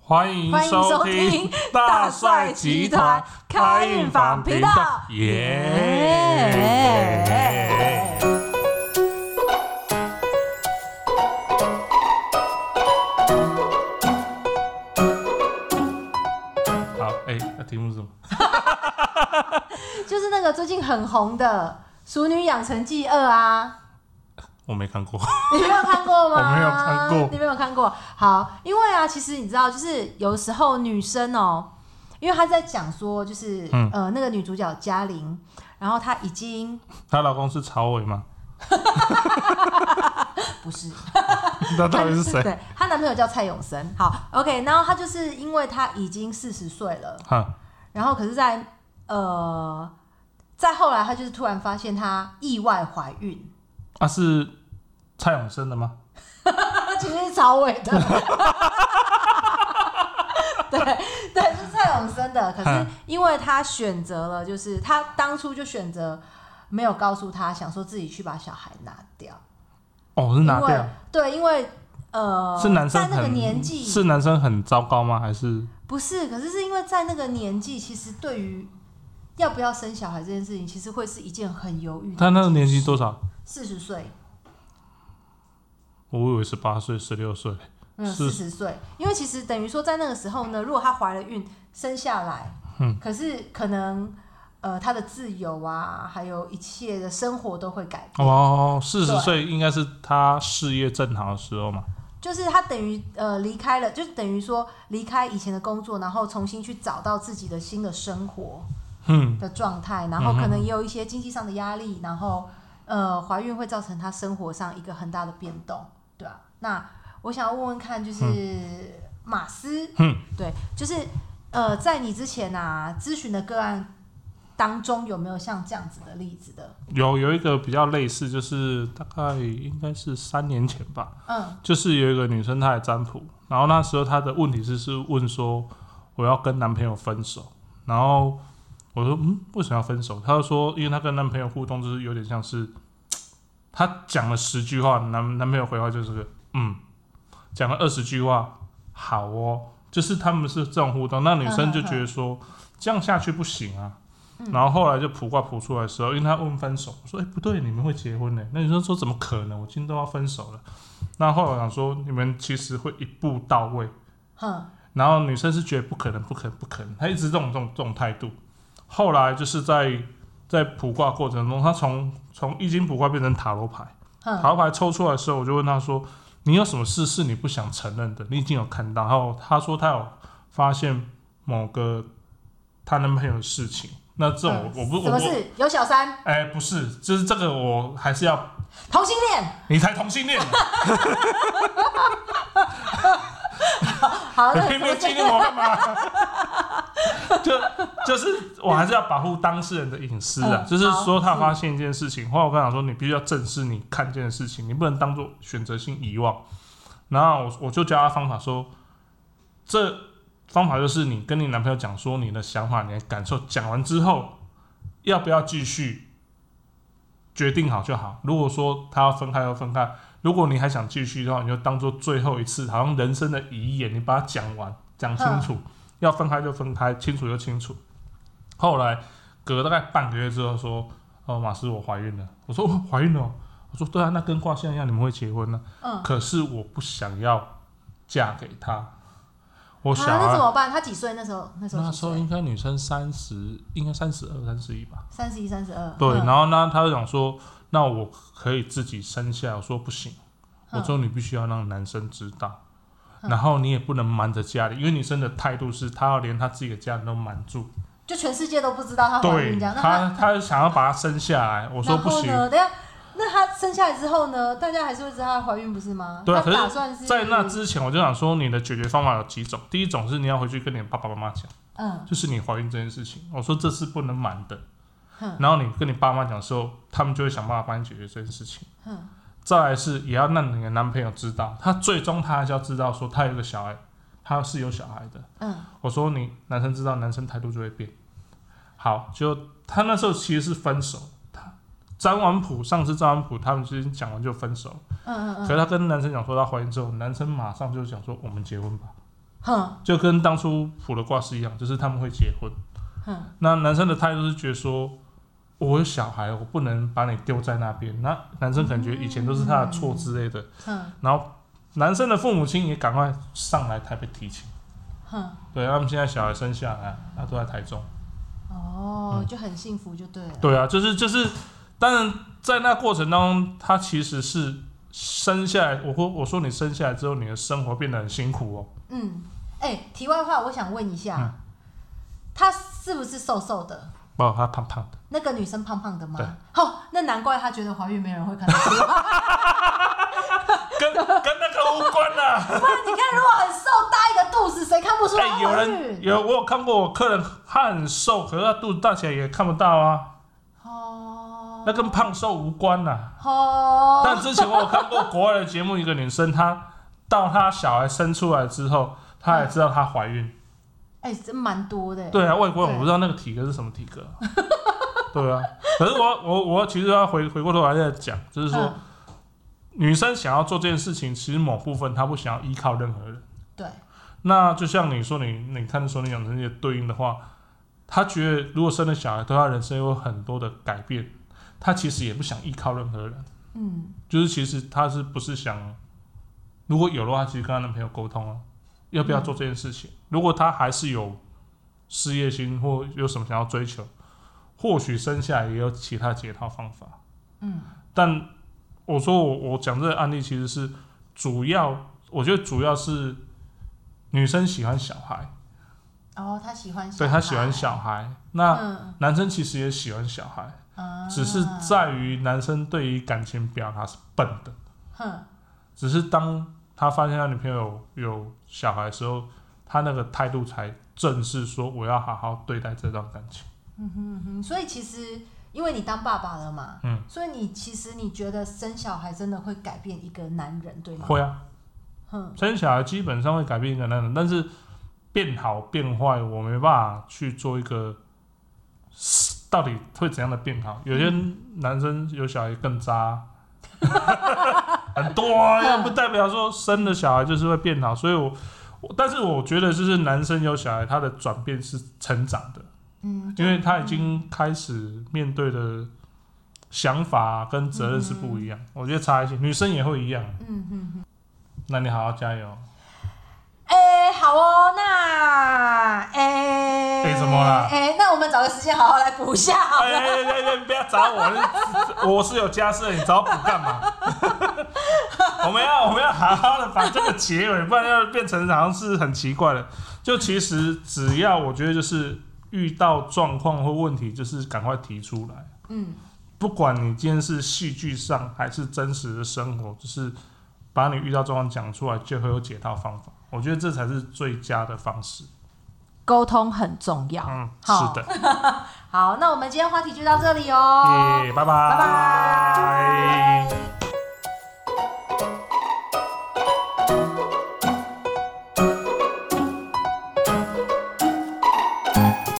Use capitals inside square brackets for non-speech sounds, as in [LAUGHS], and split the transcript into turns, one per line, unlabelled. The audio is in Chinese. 欢迎
欢迎收听大帅集团开运坊频道
耶！好，哎，那题目是什么？
就是那个最近很红的《熟女养成记二》啊，
我没看过。 [LAUGHS]
你没有看过吗？
我没有看过
你没有看过。好，因为啊，其实你知道，就是有时候女生哦、因为她在讲说，就是、
嗯
呃，那个女主角嘉玲，然后她已经
她老公是曹伟吗？
不是
那 [LAUGHS] 到底是
[LAUGHS] 她
谁？
对，她男朋友叫蔡永生。好，OK，然后她就是因为她已经四十岁了。
哈，
然后可是在，呃，再后来，她就是突然发现她意外怀孕，
啊是蔡永生的吗？
其实是曹伟的，对对，是蔡永生的。可是
嗯
因为她选择了，就是她当初就选择没有告诉她，想说自己去把小孩拿掉，
哦，是拿
因为
掉，
对，因为呃，
是男生
在那个
很
年纪
是男生很糟糕吗？还是
不是，可是是因为在那个年纪，其实对于要不要生小孩这件事情，其实会是一件很犹豫的。
他那个年纪多少？
四十岁。
我以为十八岁、十六岁。
没有
是
嗯四十岁，因为其实等于说在那个时候呢，如果她怀了孕生下来，
嗯，
可是可能呃她的自由啊，还有一切的生活都会改变，
哦，四十
对
岁应该是他事业正好的时候嘛。
就是她等于呃离开了，就是等于说离开以前的工作，然后重新去找到自己的新的生活
嗯，
的状态，然后可能也有一些经济上的压力，然后呃怀孕会造成她生活上一个很大的变动，对啊，那我想要问问看，就是、
嗯
马斯，
哼，
对，就是呃，在你之前啊，咨询的个案当中有没有像这样子的例子的？
有有一个比较类似，就是大概应该是三年前吧，
嗯
就是有一个女生她来占卜，然后那时候她的问题是是问说我要跟男朋友分手，然后我说嗯为什么要分手？她就说因为她跟男朋友互动就是有点像是她讲了十句话，男男朋友回话就是个嗯，讲了二十句话好哦，就是他们是这种互动，那女生就觉得说这样下去不行啊。然后后来就卜卦卜出来的时候，因为她问分手，我说：“哎、不对，你们会结婚呢、那女生说：“怎么可能？我今天都要分手了。”那后来我想说，你们其实会一步到位，
哼，
然后女生是觉得不可能，不可能，不可能，她一直这种这种这种态度。后来就是在在卜卦过程中，她从从易经卜卦变成塔罗牌，
哼
塔罗牌抽出来的时候，我就问她说：“你有什么事是你不想承认的？你已经有看到。”然后她说她有发现某个她男朋友的事情。那这种我我不
嗯什
我
么
不
事？有小三，
哎、不是，就是这个我还是要
同性恋。
你才同性恋呢，
好，
你 [LAUGHS]
那
偏偏
什
激
么
励我干嘛？ [LAUGHS] 就就是我还是要保护当事人的隐私啊，
嗯
就是
好
说他
是
发现一件事情，或者我跟他讲说你必须要正视你看见的事情，你不能当做选择性遗忘。然后我我就教他方法说，这方法就是你跟你男朋友讲说你的想法、你的感受，讲完之后要不要继续，决定好就好。如果说他要分开就分开，如果你还想继续的话，你就当做最后一次，好像人生的遗言，你把它讲完，讲清
嗯
楚。要分开就分开，清楚就清楚。后来隔大概半个月之后说，哦，马斯我怀孕了。我说哦怀孕了哦，我说对啊，那跟卦象一样，你们会结婚呢、
嗯，
可是我不想要嫁给他，我
啊
想
那怎
要、
么办？他几岁？那时候那时候
那
几
时候
岁？
应该女生三十，应该三十二、三十一吧。
三十一、三十二。
对，
嗯
然后呢，他就讲说，那我可以自己生下来。我说不行，我说你必须要让男生知道，
嗯
然后你也不能瞒着家里，因为女生的态度是她要连她自己的家人都瞒住。
就全世界都不知道他怀
对
孕这样。哦那
他，他想要把她生下来，我
我
说不行。
呢？等一下，那他生下来之后呢？大家还是会知道她怀孕不是吗？
对啊
她
可是
打算是
在那之前，我就想说，你的解决方法有几种。第一种是你要回去跟你爸爸妈妈讲，
嗯
就是你怀孕这件事情，我说这是不能瞒的。
哼
然后你跟你爸妈讲的时候，他们就会想办法帮你解决这件事情。
哼
再来是也要让你的男朋友知道，他最终他还是要知道说他有个小孩，他是有小孩的。
嗯
我说你男生知道，男生态度就会变。好，就他那时候其实是分手，他张完普上次张完普他们之间讲完就分手，
嗯嗯
可
嗯
是他跟男生讲说他怀孕之后，男生马上就讲说我们结婚吧。
哼
就跟当初普的卦是一样，就是他们会结婚。
哼，
那男生的态度是觉得说，我有小孩，我不能把你丢在那边。那男生感觉以前都是他的错之类的，
哼
然后男生的父母亲也赶快上来台北提亲。
哼，
对，他们现在小孩生下来，他都在台中。
哦，就很幸福就对了。
嗯对啊，就是就是，当然在那过程当中，他其实是生下来，我说我说你生下来之后，你的生活变得很辛苦哦。
嗯，哎、题外话，我想问一下，
嗯
他是不是瘦瘦的？
哦，他胖胖
[LAUGHS]
的，
那个女生胖胖的
对
吗？哦，那难怪她觉得怀孕没人会看得出来。
跟跟那个无关啊啦、
不然你看，如果很瘦大一个肚子，谁看不出来
哎、
她
有
怀
人
孕？
有我有看过我客人，他很瘦，可是他肚子大起来也看不到啊，
哦，
那跟胖瘦无关呐、
哦，
但之前我有看过国外的节目，一个女生她到她小孩生出来之后，她也知道她怀孕。
哎、真蛮多的。
对啊，外国人
对
我不知道那个体格是什么体格啊、 [LAUGHS] 对啊，可是我我我其实要回回过头来再讲，就是说、
嗯
女生想要做这件事情，其实某部分她不想要依靠任何人。
对，
那就像你说你你看说你养成这些对应的话，他觉得如果生了小孩，对他人生有很多的改变，他其实也不想依靠任何人，
嗯
就是其实他是不是想，如果有的话，其实跟她男朋友沟通啊，要不要做这件事情？如果他还是有事业心或有什么想要追求，或许生下来也有其他解套方法。
嗯，
但我说我我讲这个案例其实是主要，我觉得主要是女生喜欢小孩，
哦，她喜欢小孩，
对她喜欢小孩，那
嗯
男生其实也喜欢小孩，
啊，
只是在于男生对于感情表达是笨的，
哼
只是当他发现他女朋友有有小孩的时候，他那个态度才正式说我要好好对待这段感情。
嗯哼嗯哼，所以其实因为你当爸爸了嘛，
嗯，
所以你其实你觉得生小孩真的会改变一个男人，对吗？
会啊，
哼，
生小孩基本上会改变一个男人，但是变好变坏，我没办法去做一个到底会怎样的变好。有些男生有小孩更渣，很多啊，
嗯
又不代表说生了小孩就是会变好。所以我，我但是我觉得就是男生有小孩，他的转变是成长的，
嗯，
因为他已经开始面对的想法跟责任是不一样。我觉得差一些，女生也会一样。
嗯哼哼，
那你好好加油。
哎、好哦，那哎，
哎怎么啦
哎、那我们找个时间好好来补一下好
哎
了。
哎哎哎！不要找我，那我是有家室的，你找我干嘛？我们要我们要好好的把这个结尾，不然要变成好像是很奇怪的。就其实只要我觉得就是遇到状况或问题，就是赶快提出来，
嗯
不管你今天是戏剧上还是真实的生活，就是把你遇到状况讲出来，就会有解套方法。我觉得这才是最佳的方式。
沟通很重要。
嗯，
好
是的，
好，那我们今天话题就到这里哦，
耶，拜
拜拜。